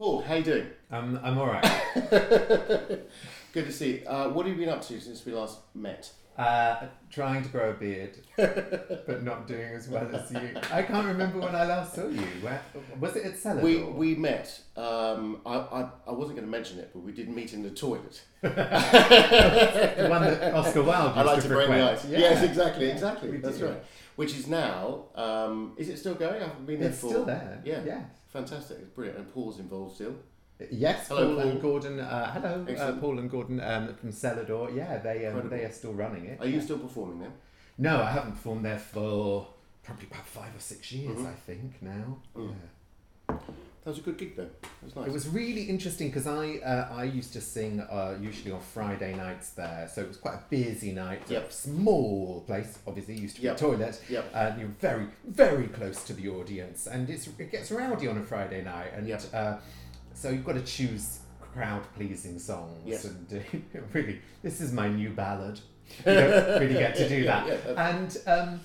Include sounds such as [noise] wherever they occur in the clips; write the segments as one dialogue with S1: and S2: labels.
S1: how you doing?
S2: I'm, I'm all right.
S1: Good to see you. Uh, what have you been up to since we last met?
S2: Uh, trying to grow a beard, but not doing as well as you. I can't remember when I last saw you. Where, was it at Cellar?
S1: We, we met. Um, I, I, I wasn't going to mention it, but we did meet in the toilet.
S2: the one that Oscar Wilde
S1: [laughs]
S2: used
S1: I like to
S2: to
S1: break the
S2: frequent.
S1: ice. Yes, exactly, exactly.
S2: we
S1: That's
S2: do.
S1: right. Which is now, um, is it still going? I haven't been there
S2: It's
S1: for.
S2: still there.
S1: Yeah.
S2: Yeah.
S1: Fantastic. It's brilliant. And Paul's involved still.
S2: Yes,
S1: Hello,
S2: Paul, and
S1: Paul.
S2: Gordon. Uh, hello, uh,
S1: Excellent.
S2: Paul and Gordon um, from Cellador. Yeah, they um,
S1: Incredible.
S2: they are still running it.
S1: Are you still performing there?
S2: No, I haven't performed there for probably about five or six years.
S1: Mm-hmm.
S2: I think now.
S1: Mm.
S2: Yeah.
S1: That was a good gig though. It was nice.
S2: It was really interesting because I uh, I used to sing uh, usually on Friday nights there, so it was quite a busy night.
S1: Yep.
S2: A small place, obviously used to be
S1: Yep.
S2: a toilet.
S1: Yep.
S2: And you're very very close to the audience, and it's it gets rowdy on a Friday night, and
S1: Yep.
S2: uh, so you've got to choose crowd pleasing songs.
S1: Yes.
S2: And uh, [laughs] really, this is my new ballad.
S1: [laughs]
S2: You don't really get to do
S1: Yeah,
S2: that.
S1: yeah, that's-
S2: And um,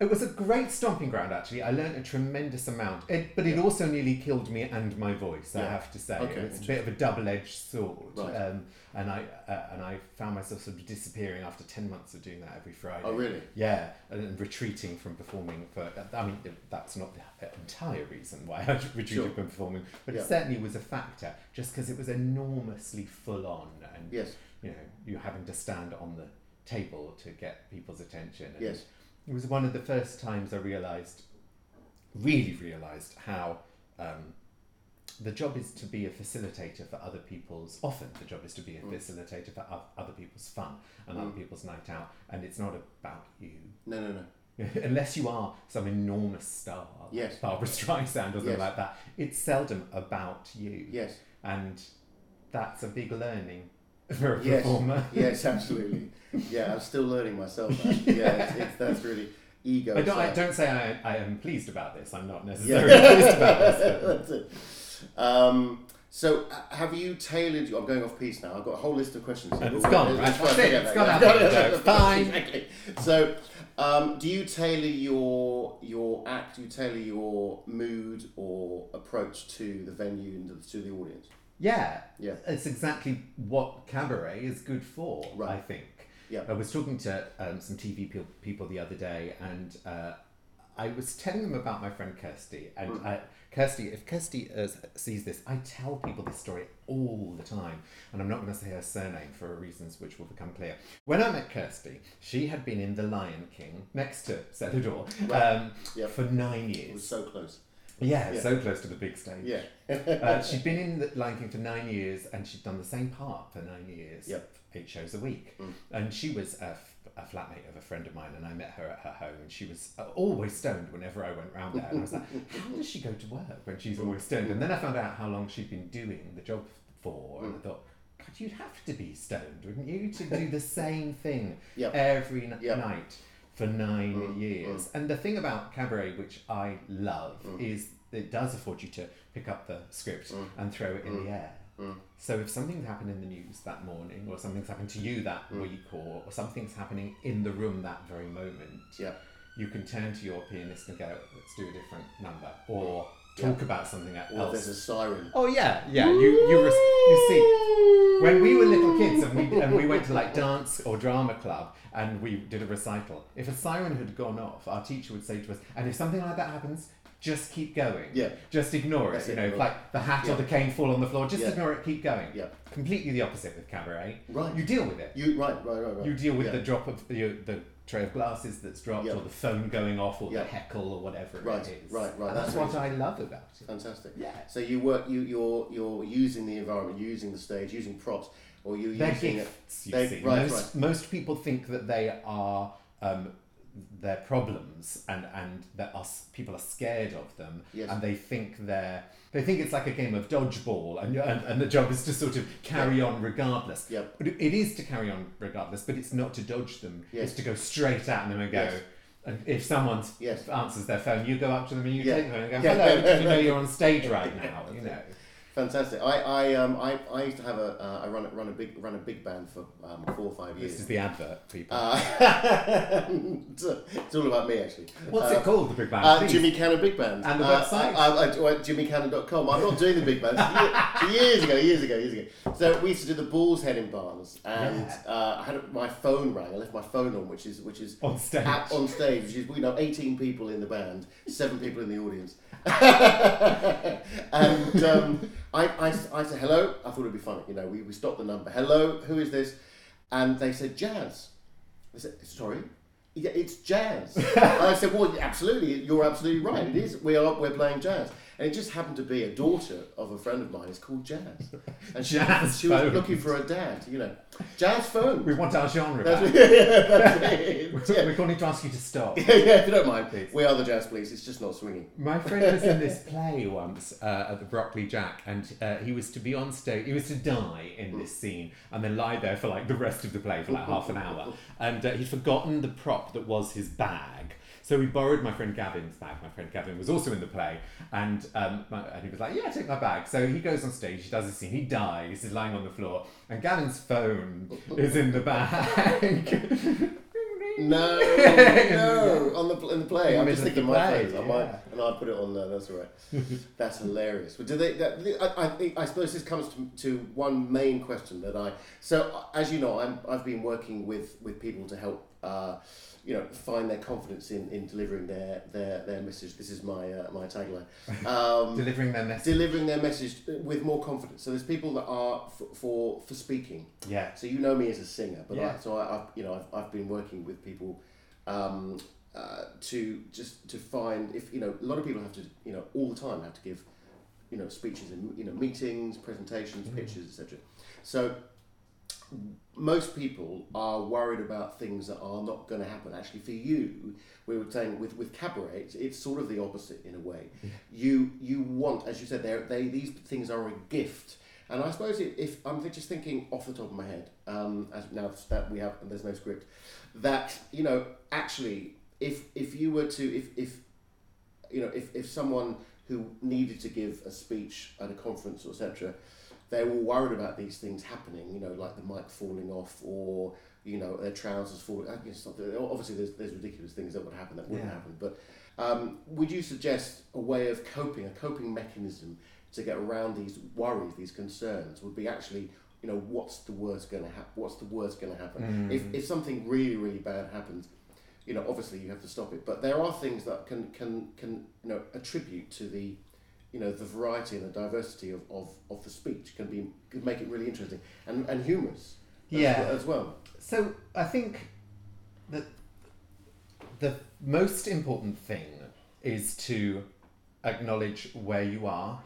S2: it was a great stomping ground, actually. I learned a tremendous amount, it, but it also nearly killed me and my voice. I
S1: Yeah.
S2: have to say,
S1: Okay,
S2: it's a bit of a double-edged sword.
S1: Right.
S2: Um, and I uh, and I found myself sort of disappearing after ten months of doing that every Friday.
S1: Oh, really?
S2: Yeah, and, then retreating from performing. For uh, I mean, that's not the uh, entire reason why I [laughs] retreated
S1: Sure.
S2: from performing, but
S1: Yeah.
S2: it certainly was a factor. Just because it was enormously full on, and
S1: Yes.
S2: you know, you having to stand on the table to get people's attention. And
S1: Yes.
S2: It was one of the first times I realised, really realised how um, the job is to be a facilitator for other people's, often the job is to be a
S1: Mm.
S2: facilitator for oth- other people's fun and other people's night out. And it's not about you. [laughs]
S1: No, no, no.
S2: Unless you are some enormous star, like
S1: Yes.
S2: Barbara Streisand or something
S1: Yes.
S2: like that, it's seldom about you.
S1: Yes.
S2: And that's a big learning for a
S1: Yes.
S2: performer.
S1: Yes, [laughs] absolutely. Yeah, I'm still learning myself. actually. Yeah, it's, it's, that's really ego.
S2: I don't, I
S1: side.
S2: don't say I, I am pleased about this. I'm not necessarily [laughs] pleased about this.
S1: [laughs] That's it. Um, so, uh, have you tailored? Your, I'm going off piece now. I've got a whole list of questions. here.
S2: And it's gone, right?
S1: fine,
S2: That's it,
S1: forget
S2: it's
S1: that,
S2: gone
S1: yeah.
S2: out the window.
S1: [laughs]
S2: Fine.
S1: Exactly. So, um, do you tailor your your act? Do you tailor your mood or approach to the venue and to the audience?
S2: Yeah.
S1: Yeah.
S2: It's exactly what cabaret is good for, I
S1: Right.
S2: think.
S1: Yeah.
S2: I was talking to um, some TV pe- people the other day and uh, I was telling them about my friend Kirsty. And
S1: Mm.
S2: I, Kirsty, if Kirsty uh, sees this, I tell people this story all the time. And I'm not going to say her surname for reasons which will become clear. When I met Kirsty, she had been in The Lion King next to Celador um,
S1: Yep.
S2: for
S1: It
S2: nine
S1: was
S2: years.
S1: so close.
S2: Yeah,
S1: Yeah.
S2: so close to the big stage.
S1: Yeah.
S2: Uh, she'd been in the Lion King for nine years, and she'd done the same part for nine years.
S1: Yep. Mm.
S2: Eight shows a week, and she was a, f- a flatmate of a friend of mine, and I met her at her home, and she was uh, always stoned whenever I went round there, and I was
S1: [laughs]
S2: like, how does she go to work when she's always stoned? And then I found out how long she'd been doing the job for,
S1: Mm.
S2: and I thought. God, you'd have to be stoned, wouldn't you, to do the same thing
S1: Yep.
S2: every n-
S1: Yep.
S2: night for nine
S1: Mm,
S2: years. And the thing about cabaret, which I love,
S1: Mm.
S2: is it does afford you to pick up the script and throw it in
S1: Mm.
S2: the air. So if something's happened in the news that morning, or something's happened to you that
S1: Mm.
S2: week, or, or something's happening in the room that very moment,
S1: Yeah.
S2: you can turn to your pianist and go, "Let's do a different number," or talk about something
S1: Or
S2: else.
S1: there's a siren.
S2: Oh yeah, yeah. You you res- you see, when we were little kids and we and we went to like dance or drama club and we did a recital. If a siren had gone off, our teacher would say to us, "And if something like that happens." Just keep going.
S1: Yeah.
S2: Just ignore
S1: That's
S2: it. You
S1: it.
S2: know, if, like the hat
S1: Yeah.
S2: or the cane fall on the floor. Just
S1: Yeah.
S2: ignore it. Keep going.
S1: Yeah.
S2: Completely the opposite with cabaret.
S1: Right.
S2: You deal with it.
S1: You right, right, right, right.
S2: You deal with
S1: Yeah.
S2: the drop of the, the tray of glasses that's dropped,
S1: Yeah.
S2: or the phone going off, or
S1: Yeah.
S2: the heckle, or whatever
S1: Right,
S2: it is.
S1: right, right.
S2: And that's,
S1: That's
S2: what I love about it.
S1: Fantastic.
S2: Yeah.
S1: So you work. You you're you're using the environment, using the stage, using props, or you
S2: They're
S1: using it.
S2: gifts, you
S1: They-
S2: see.
S1: right,
S2: most, most people think that they are um, their problems and, and that us people are scared of them
S1: Yes.
S2: and they think they're they think it's like a game of dodgeball and, and, and the job is to sort of carry on regardless
S1: Yep.
S2: but it is to carry on regardless but it's not to dodge them
S1: Yes.
S2: it's to go straight at them and go
S1: Yes.
S2: and if someone
S1: Yes.
S2: answers their phone you go up to them and you
S1: Yeah. [laughs]
S2: take the phone and go
S1: Yeah.
S2: hello did you know you're on stage right now you know
S1: Fantastic. I I um I, I used to have a uh, I run a, run a big run a big band for um, four or five
S2: This
S1: years.
S2: is the advert, people.
S1: Uh, [laughs] it's all about me actually.
S2: What's
S1: Uh,
S2: it called, the Big Bang?
S1: Uh,
S2: Please.
S1: Jimmy Cannon Big Band.
S2: And the
S1: uh,
S2: website?
S1: Uh, uh, JimmyCannon.com. I'm not doing the Big Band. It's ye- years ago, years ago, years ago. So we used to do the Bulls Head in Barnes, and uh, I had my phone rang. I left my phone on, which is which is
S2: On stage.
S1: at- on stage, which is we know 18 people in the band, seven people in the audience, [laughs] and um, I, I I said hello. I thought it'd be funny. You know, we we stopped the number. Hello, who is this? And they said jazz. I said, sorry? Yeah, it's
S2: [laughs]
S1: jazz. and I said, well, absolutely, you're absolutely right. It is. We are, we're playing jazz. And it just happened to be a daughter of a friend of mine. It's called jazz. And she,
S2: Jazz
S1: she was
S2: phone.
S1: looking for a dad, you know. Jazz phone.
S2: We want our genre
S1: That's-
S2: back.
S1: that's it. [laughs] yeah. [laughs]
S2: We're going to ask you to stop.
S1: yeah, if you don't mind.
S2: Please.
S1: We are the jazz police. It's just not swinging.
S2: My friend was in this play once uh, at the Broccoli Jack, and uh, he was to be on stage. He was to die in this scene, and then lie there for like the rest of the play for like half an hour. And uh, he'd forgotten the prop that was his bag, so he borrowed my friend Gavin's bag. My friend Gavin was also in the play, and um, my, and he was like, "Yeah, take my bag." So he goes on stage. He does his scene. He dies. He's lying on the floor, and Gavin's phone is in the bag. [laughs]
S1: No, no, on the pl- in the play. I'm
S2: middle
S1: just
S2: of
S1: thinking
S2: the
S1: my
S2: play,
S1: phones. I might,
S2: yeah.
S1: and I put it on there. That's all
S2: [laughs]
S1: right. That's hilarious. But do they? That, I, I think I suppose this comes to, to one main question that I. So uh, as you know, I'm I've been working with with people to help. Uh, you know, find their confidence in, in delivering their, their, their message. This is my uh, my
S2: [laughs]
S1: tagline. Um,
S2: Delivering their message.
S1: delivering their message with more confidence. So there's people that are f- for for speaking.
S2: Yeah.
S1: So you know me as a singer, but I,
S2: Yeah.
S1: so I, I've you know I've, I've been working with people um, uh, to just to find if you know a lot of people have to you know all the time have to give you know speeches and you know meetings, presentations,
S2: Mm.
S1: pitches, etc. So most people are worried about things that are not going to happen. Actually, for you, we were saying with, with cabaret, it's- it's sort of the opposite in a way. You you want, as you said, there they these things are a gift. And I suppose if, if I'm just thinking off the top of my head, um, as now that we have and there's no script, that you know actually, if if you were to if if you know, if, if someone who needed to give a speech at a conference or etc., they were worried about these things happening, you know, like the mic falling off or, you know, their trousers falling. I guess not, obviously, there's, there's ridiculous things that would happen that wouldn't
S2: Yeah.
S1: happen. But um, would you suggest a way of coping, a coping mechanism to get around these worries, these concerns, would be actually, you know, what's the worst going to happen? What's the worst going to happen? If, if something really, really bad happens, you know, obviously you have to stop it, but there are things that can can can you know attribute to the, you know, the variety and the diversity of, of, of the speech can be can make it really interesting and and humorous. as-
S2: Yeah.
S1: as well.
S2: So I think that the most important thing is to acknowledge where you are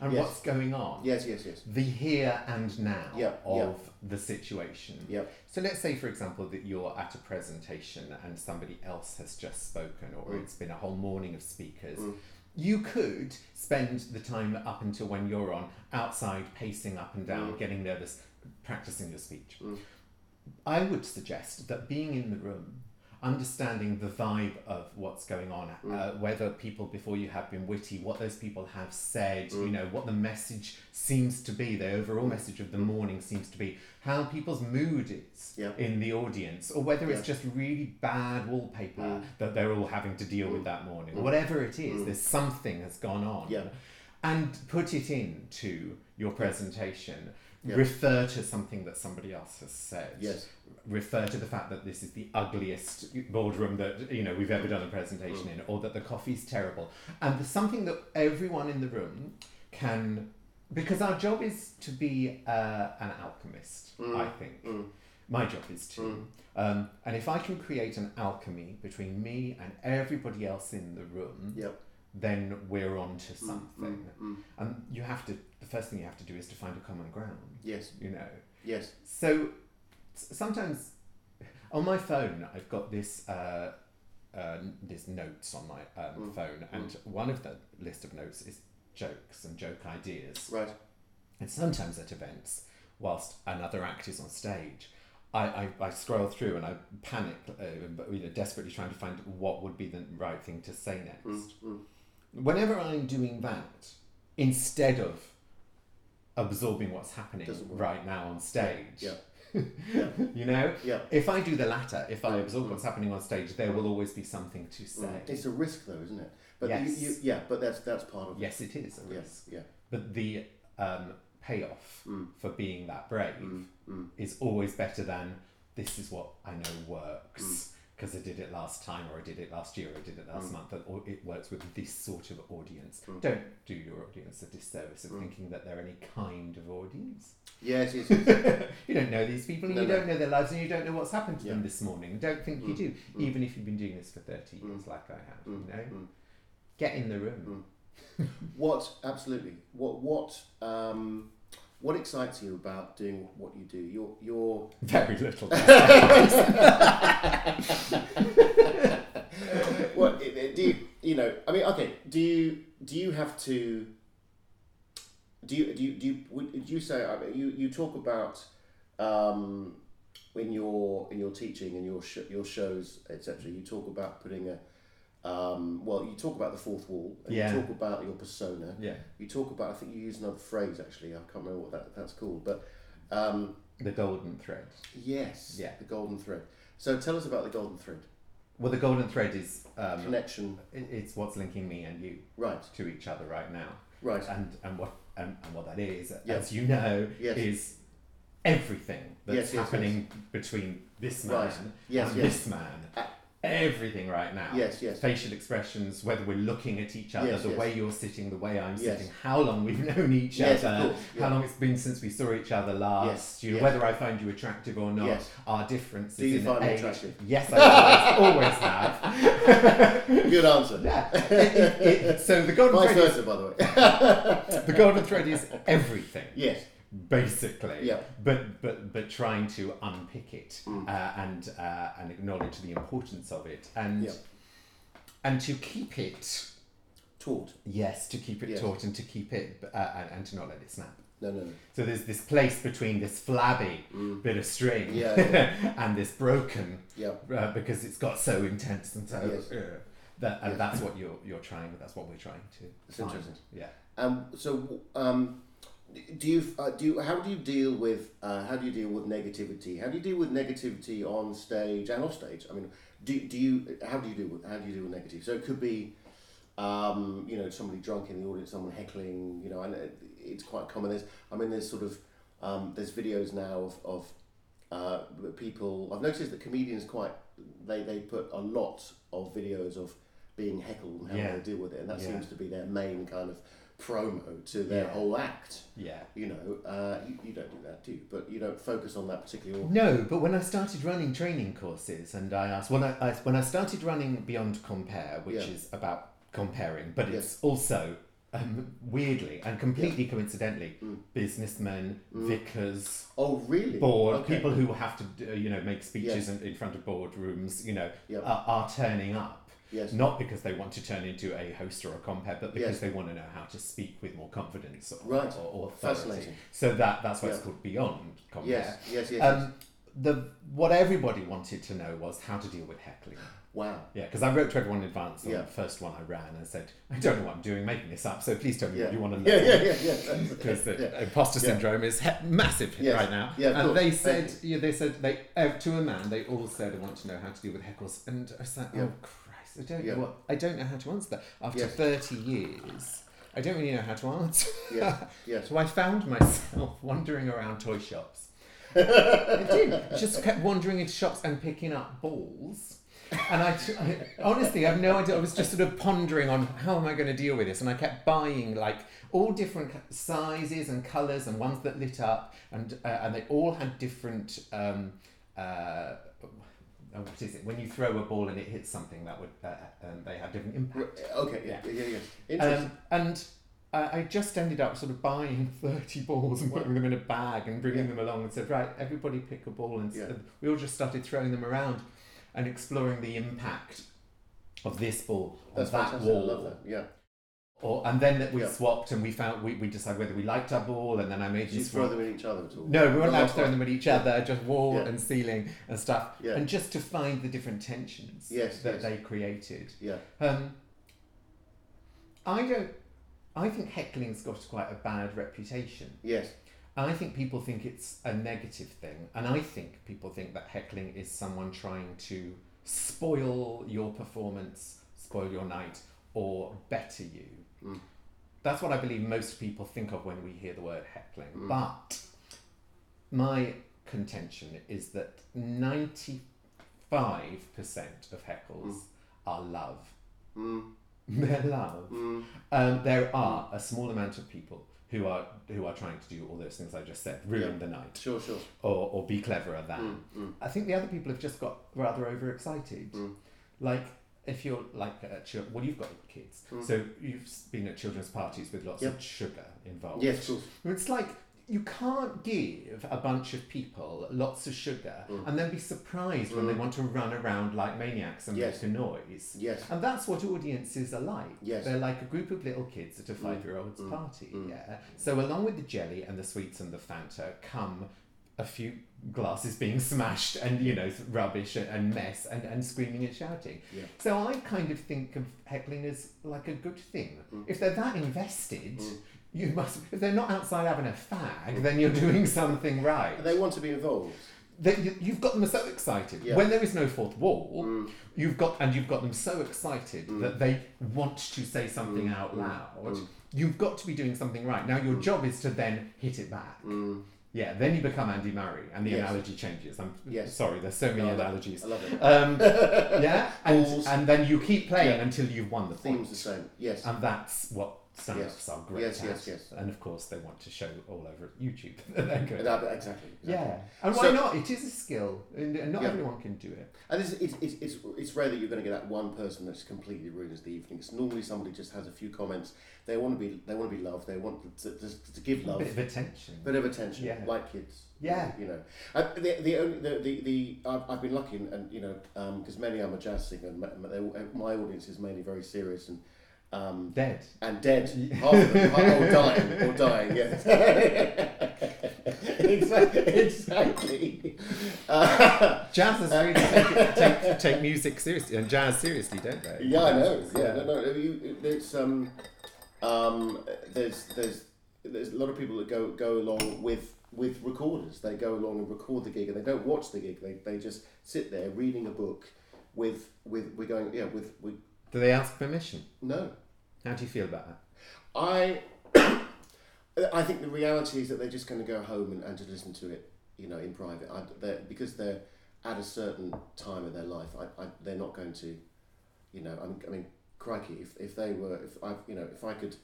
S2: and
S1: Yes.
S2: what's going on.
S1: Yes, yes, yes.
S2: The here and now
S1: Yeah,
S2: of
S1: yeah.
S2: the situation.
S1: Yeah.
S2: So let's say, for example, that you're at a presentation and somebody else has just spoken, or
S1: Mm.
S2: it's been a whole morning of speakers. You could spend the time up until when you're on outside, pacing up and down,
S1: Mm.
S2: getting nervous, practicing your speech. I would suggest that being in the room, understanding the vibe of what's going on,
S1: Mm.
S2: uh, whether people before you have been witty, what those people have said,
S1: Mm.
S2: you know, what the message seems to be, the overall message of the morning seems to be, how people's mood is
S1: Yeah.
S2: in the audience, or whether it's just really bad wallpaper
S1: Mm.
S2: that they're all having to deal with that morning. Whatever it is, there's something has gone on
S1: Yeah.
S2: and put it into your presentation. Refer to something that somebody else has said.
S1: Yes.
S2: Refer to the fact that this is the ugliest boardroom that you know we've ever done a presentation in, or that the coffee's terrible, and there's something that everyone in the room can, because our job is to be uh, an alchemist. I think my job is to, um, and if I can create an alchemy between me and everybody else in the room,
S1: Yep.
S2: then we're on to something.
S1: Mm.
S2: And you have to, the first thing you have to do is to find a common ground,
S1: Yes.
S2: you know.
S1: Yes.
S2: So s- sometimes on my phone, I've got this. Uh, uh, there's notes on my um, phone, and one of the list of notes is jokes and joke ideas.
S1: Right.
S2: And sometimes at events, whilst another act is on stage, I, I, I scroll through and I panic, uh, but, you know, desperately trying to find what would be the right thing
S1: Mm,
S2: to say next. Whenever I'm doing that, instead of absorbing what's happening
S1: Doesn't work.
S2: right now on stage.
S1: Yeah.
S2: [laughs] you know?
S1: Yeah. Mm.
S2: If I do the latter, if I absorb what's happening on stage, there will always be something to say.
S1: It's a risk, though, isn't it? But
S2: Yes.
S1: you, you, yeah, but that's that's part of it.
S2: Yes, it is a risk.
S1: Yes, yeah,
S2: But the um, payoff
S1: Mm.
S2: for being that brave is always better than this is what I know
S1: Mm.
S2: works because I did it last time or I did it last year or I did it last month or it works with this sort of audience.
S1: Mm.
S2: Don't do your audience a disservice of thinking that they're any kind of audience.
S1: yes, yes, [laughs] yes.
S2: You don't know these people and
S1: No,
S2: you
S1: no.
S2: don't know their lives and you don't know what's happened to them
S1: Yeah. Mm,
S2: this morning. Don't think you do, even if you've been doing this for 30 years like I have, you know?
S1: mm.
S2: Get in the room.
S1: what absolutely? What what um, what excites you about doing what you do? Your your
S2: [laughs] Very
S1: [laughs]
S2: little.
S1: what i- i- do you you know? I mean, okay. Do you do you have to? Do you do you do you, would, do you say I mean, you you talk about um, in your in your teaching and your sh- your shows etc. You talk about putting a um, well, you talk about the fourth wall. And
S2: Yeah.
S1: You talk about your persona.
S2: yeah.
S1: You talk about I think you use another phrase actually. I can't remember what that, that's called, but um,
S2: The golden thread.
S1: yes,
S2: Yeah.
S1: the golden thread. So tell us about the golden thread
S2: Well, the golden thread is um, it,
S1: connection.
S2: it's what's linking me and you
S1: Right,
S2: to each other right now, [laughs]
S1: right.
S2: and and what and, and what that is,
S1: Yeah.
S2: as you know,
S1: Yes.
S2: is everything that's
S1: Yes, yes, yes.
S2: happening between this man
S1: Right. Yes,
S2: and
S1: yes.
S2: this man.
S1: Ah.
S2: Everything right now.
S1: Yes, yes.
S2: Facial expressions, whether we're looking at each other,
S1: Yes,
S2: the
S1: yes.
S2: way you're sitting, the way I'm
S1: Yes.
S2: sitting, how long we've [laughs] known each
S1: Yes, of
S2: other,
S1: course, yeah.
S2: how long it's been since we saw each other
S1: Yes,
S2: last, you know,
S1: yes.
S2: whether I find you attractive or not,
S1: Yes.
S2: our differences
S1: Do you
S2: in
S1: find me
S2: age.
S1: attractive?
S2: Yes, I always, always
S1: [laughs]
S2: have.
S1: Good answer.
S2: Yeah. It- it- it- so the golden
S1: Vice
S2: thread is,
S1: versa, by the way. [laughs]
S2: the golden thread is everything,
S1: yes.
S2: basically.
S1: Yeah. Mm.
S2: But but but trying to unpick it uh, and uh, and acknowledge the importance of it and
S1: Yeah.
S2: and to keep it
S1: Taught.
S2: yes to keep it
S1: Yes.
S2: taught and to keep it uh, and, and to not let it snap.
S1: No, no, no.
S2: So there's this place between this flabby bit of string
S1: Mm.
S2: [laughs]
S1: Yeah,
S2: and this broken
S1: Yeah.
S2: uh, because it's got so intense and so
S1: Yes.
S2: uh, that and that's what you're you're trying that's what we're trying to
S1: It's
S2: find.
S1: interesting.
S2: yeah
S1: Um, so, um, do you uh, do you, how do you deal with uh, how do you deal with negativity? How do you deal with negativity on stage and off stage? I mean, do, do you how do you deal with how do you deal with negativity? So it could be, um, you know, somebody drunk in the audience, someone heckling. You know, and it- it's quite common. There's I mean, there's sort of um, there's videos now of, of uh, people. I've noticed that comedians quite they, they put a lot of videos of being heckled and how
S2: Yeah.
S1: they deal with it, and that
S2: Yeah.
S1: seems to be their main kind of promo to their
S2: Yeah.
S1: whole act.
S2: yeah
S1: You know, uh, you, you don't do that, do you? But you don't focus on that particular. Or-
S2: no but when I started running training courses and I asked when I, I when I started running Beyond Compare which
S1: Yeah.
S2: is about comparing but
S1: Yes.
S2: it's also um, weirdly and completely coincidentally
S1: Mm.
S2: businessmen vicars
S1: oh, really?
S2: board
S1: Mm. Okay.
S2: people who have to uh, you know make
S1: Yes.
S2: speeches in, in front of boardrooms you know
S1: Yep.
S2: are, are turning up
S1: Yes.
S2: not because they want to turn into a host or a compere but because
S1: Yes.
S2: they want to know how to speak with more confidence or,
S1: Right.
S2: or, or authority
S1: Fascinating.
S2: so that that's why it's
S1: Yeah.
S2: called beyond compare
S1: Yes, yes, yes. yes.
S2: um, the what everybody wanted to know was how to deal with heckling
S1: wow.
S2: yeah, because I wrote to everyone in advance on
S1: Yeah.
S2: the first one I ran and said, I don't know what I'm doing, making this up, so please tell me
S1: Yeah.
S2: what you want to know
S1: Yeah, yeah, yeah, yeah.
S2: [laughs] because the imposter syndrome is he- massive
S1: Yes.
S2: right now.
S1: Yeah, of
S2: and
S1: course.
S2: they
S1: Thank
S2: said, yeah, they said they uh, to a man, they all said, "I want to know how to deal with heckles," and I was like, "Oh Christ, I don't
S1: Yeah.
S2: know what, I don't know how to answer that." After
S1: Yes.
S2: thirty years, I don't really know how to answer.
S1: Yes, yes.
S2: so I found myself [laughs] wandering around toy shops. I did. I just kept wandering into shops and picking up balls. And I, t- I- honestly, I have no idea. I was just sort of pondering on how am I going to deal with this, and I kept buying like all different c- sizes and colours and ones that lit up, and uh, and they all had different. Um, uh, oh, what is it? When you throw a ball and it hits something, that would uh, um, they have different impact.
S1: Okay. Yeah. Yeah. Yeah. yeah. Interesting.
S2: Um, and I, I just ended up sort of buying [laughs] 30 balls and putting them in a bag and bringing them along and said, right, everybody pick a ball. And s-
S1: Yeah.
S2: we all just started throwing them around and exploring the impact of this ball on
S1: That's
S2: that
S1: fantastic. I
S2: wall.
S1: love that. Yeah.
S2: Or, and then that we
S1: Yeah.
S2: swapped and we found we, we decided whether we liked our ball and then I made
S1: Did you
S2: this
S1: throw them at each other at all?
S2: no, we weren't allowed to
S1: that's
S2: throw
S1: fine.
S2: them at each other, just wall
S1: Yeah.
S2: and ceiling and stuff.
S1: Yeah.
S2: And just to find the different tensions
S1: Yes,
S2: that
S1: yes.
S2: they created.
S1: Yeah.
S2: Um, I don't. I think heckling's got quite a bad reputation.
S1: Yes.
S2: I think people think it's a negative thing, and I think people think that heckling is someone trying to spoil your performance, spoil your night, or better you.
S1: Mm.
S2: That's what I believe most people think of when we hear the word heckling.
S1: Mm.
S2: But my contention is that 95% of heckles are love.
S1: Mm,
S2: [laughs] They're love.
S1: mm,
S2: Um, there are a small amount of people who are who are trying to do all those things I just said, ruin
S1: Yeah.
S2: the night,
S1: sure, sure.
S2: or, or be cleverer than.
S1: Mm, mm,
S2: I think the other people have just got rather overexcited. Like if you're like at chil- well, you've got kids,
S1: Mm.
S2: so you've s- been at children's parties with lots
S1: Yeah.
S2: of sugar involved.
S1: Yes, of course.
S2: It's like you can't give a bunch of people lots of sugar
S1: Mm.
S2: and then be surprised when they want to run around like maniacs and
S1: Yes.
S2: make a noise.
S1: Yes.
S2: And that's what audiences are like.
S1: Yes. Mm.
S2: They're like a group of little kids at a five year old's party. Yeah. So, along with the jelly and the sweets and the Fanta come a few glasses being smashed and, you know, rubbish and- and mess and, and screaming and shouting.
S1: Yeah.
S2: So, I kind of think of heckling as like a good thing.
S1: Mm.
S2: If they're that invested, you must, if they're not outside having a fag, then you're doing something right.
S1: And They want to be involved.
S2: They, you- you've got them so excited
S1: Yeah. Mm.
S2: when there is no fourth wall. You've got and you've got them so excited that they want to say something
S1: Mm.
S2: out loud. You've got to be doing something right. Now your job is to then hit it back. Yeah, then you become Andy Murray, and the
S1: Mm. Yes.
S2: analogy changes. I'm
S1: Yes.
S2: sorry, there's so many
S1: No, I love it.
S2: analogies.
S1: I love it.
S2: [laughs] Um,
S1: [laughs]
S2: yeah, and,
S1: Balls.
S2: and then you keep playing
S1: Yeah.
S2: until you've won the
S1: Theme's
S2: point,
S1: the same. Yes.
S2: and that's what stand-ups
S1: Yes.
S2: are great
S1: Yes,
S2: at.
S1: yes, yes.
S2: And of course, they want to show all over YouTube [laughs] that they're good.
S1: And that- exactly. exactly.
S2: Yeah, and why
S1: So-
S2: not? It is a skill, and and not
S1: Yeah.
S2: everyone can do it.
S1: And it's, it's, it's, it's, it's rare that you're going to get that one person that's completely ruins the evening. It's normally somebody just has a few comments. They want to be they want to be loved. They want to, to, to give
S2: A
S1: love.
S2: bit of attention.
S1: bit of attention,
S2: Yeah.
S1: like kids.
S2: Yeah.
S1: you know. Uh, the the only the the, the I've, I've been lucky, and, and you know, um, because mainly I'm a jazz singer, and ma- ma- they, my audience is mainly very serious and um,
S2: Dead.
S1: and
S2: [laughs]
S1: dead. Half of them are or dying, or dying. Yeah,
S2: [laughs]
S1: exactly. [laughs] exactly. Uh,
S2: Jazz has really [laughs] take, take, take music seriously and jazz seriously, don't they?
S1: Yeah, I know. Yeah,
S2: uh,
S1: no, no. You, there's um, um, there's there's there's a lot of people that go go along with with recorders. They go along and record the gig, and they don't watch the gig. They, they just sit there reading a book with with we're going yeah with we
S2: Do they ask permission?
S1: no.
S2: How do you feel about that?
S1: I [coughs] I think the reality is that they're just going to go home and, and to listen to it, you know, in private. I, they're, because they're at a certain time of their life, I, I, they're not going to, you know. I mean, I mean, crikey, if, if they were, if I, you know, if I could,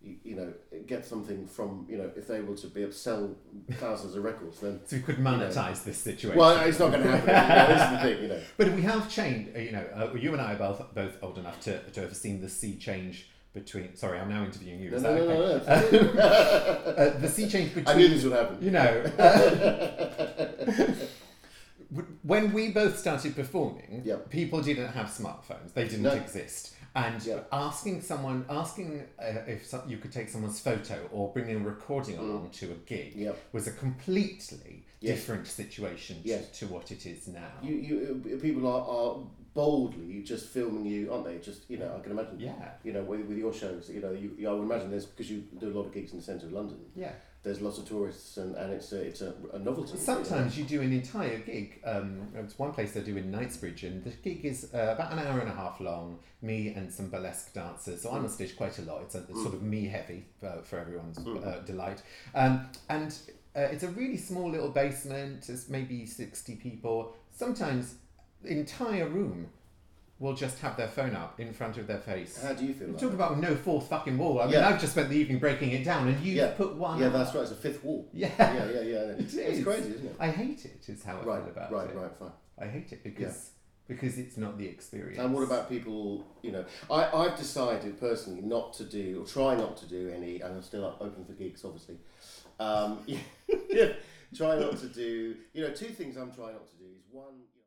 S1: you, you know, get something from, you know, if they were to be able to sell thousands of records, then
S2: So we could monetize this situation.
S1: well, it's not going to happen. you know, this is the thing, you know.
S2: But we have changed, uh, you know, uh, you and I are both, both old enough to, to have seen the sea change between. Sorry, I'm now interviewing you.
S1: No,
S2: is
S1: no,
S2: that
S1: no,
S2: okay?
S1: no, no, it's-
S2: Uh, the sea change between.
S1: I knew this would happen.
S2: you know. [laughs] uh, when we both started performing,
S1: Yep.
S2: people didn't have smartphones; they didn't
S1: No.
S2: exist. And
S1: Yep.
S2: asking someone, asking uh, if so- you could take someone's photo or bring a recording along to a gig,
S1: Yep.
S2: was a completely
S1: Mm. Yes.
S2: different situation to,
S1: Yes.
S2: to what it is now.
S1: You, you, uh, people are, are boldly just filming you, aren't they? Just you know, I can imagine.
S2: Yeah.
S1: You know, with, with your shows, you know, you, you, I would imagine this because you do a lot of gigs in the centre of London.
S2: yeah.
S1: There's lots of tourists, and, and it's a, it's a, a novelty. you know.
S2: Sometimes you do an entire gig. Um, it's one place I do in Knightsbridge, and the gig is uh, about an hour and a half long. Me and some burlesque dancers. So I'm on stage quite a lot. It's, a, it's sort of me heavy uh, for everyone's
S1: Mm.
S2: uh, delight. Um, and uh, it's a really small little basement. It's maybe sixty people. Sometimes the entire room will just have their phone up in front of their face.
S1: How do you feel? Like
S2: Talk
S1: that?
S2: about no fourth fucking wall. I mean,
S1: Uh, Yeah.
S2: I've just spent the evening breaking it down, and you've
S1: yeah.
S2: put one.
S1: Yeah,
S2: up. [laughs]
S1: that's right. It's a fifth wall.
S2: Yeah.
S1: yeah, yeah, yeah.
S2: It
S1: It's
S2: is.
S1: crazy, isn't it?
S2: I hate it. Is how I
S1: Right,
S2: feel about
S1: right,
S2: it.
S1: right, fine.
S2: I hate it because because it's not the experience.
S1: And what about people? You know, I, I've decided personally not to do or try not to do any, and I'm still open for gigs, obviously. [laughs] Um, yeah, try not to do. You know, two things I'm trying not to do is one. You know,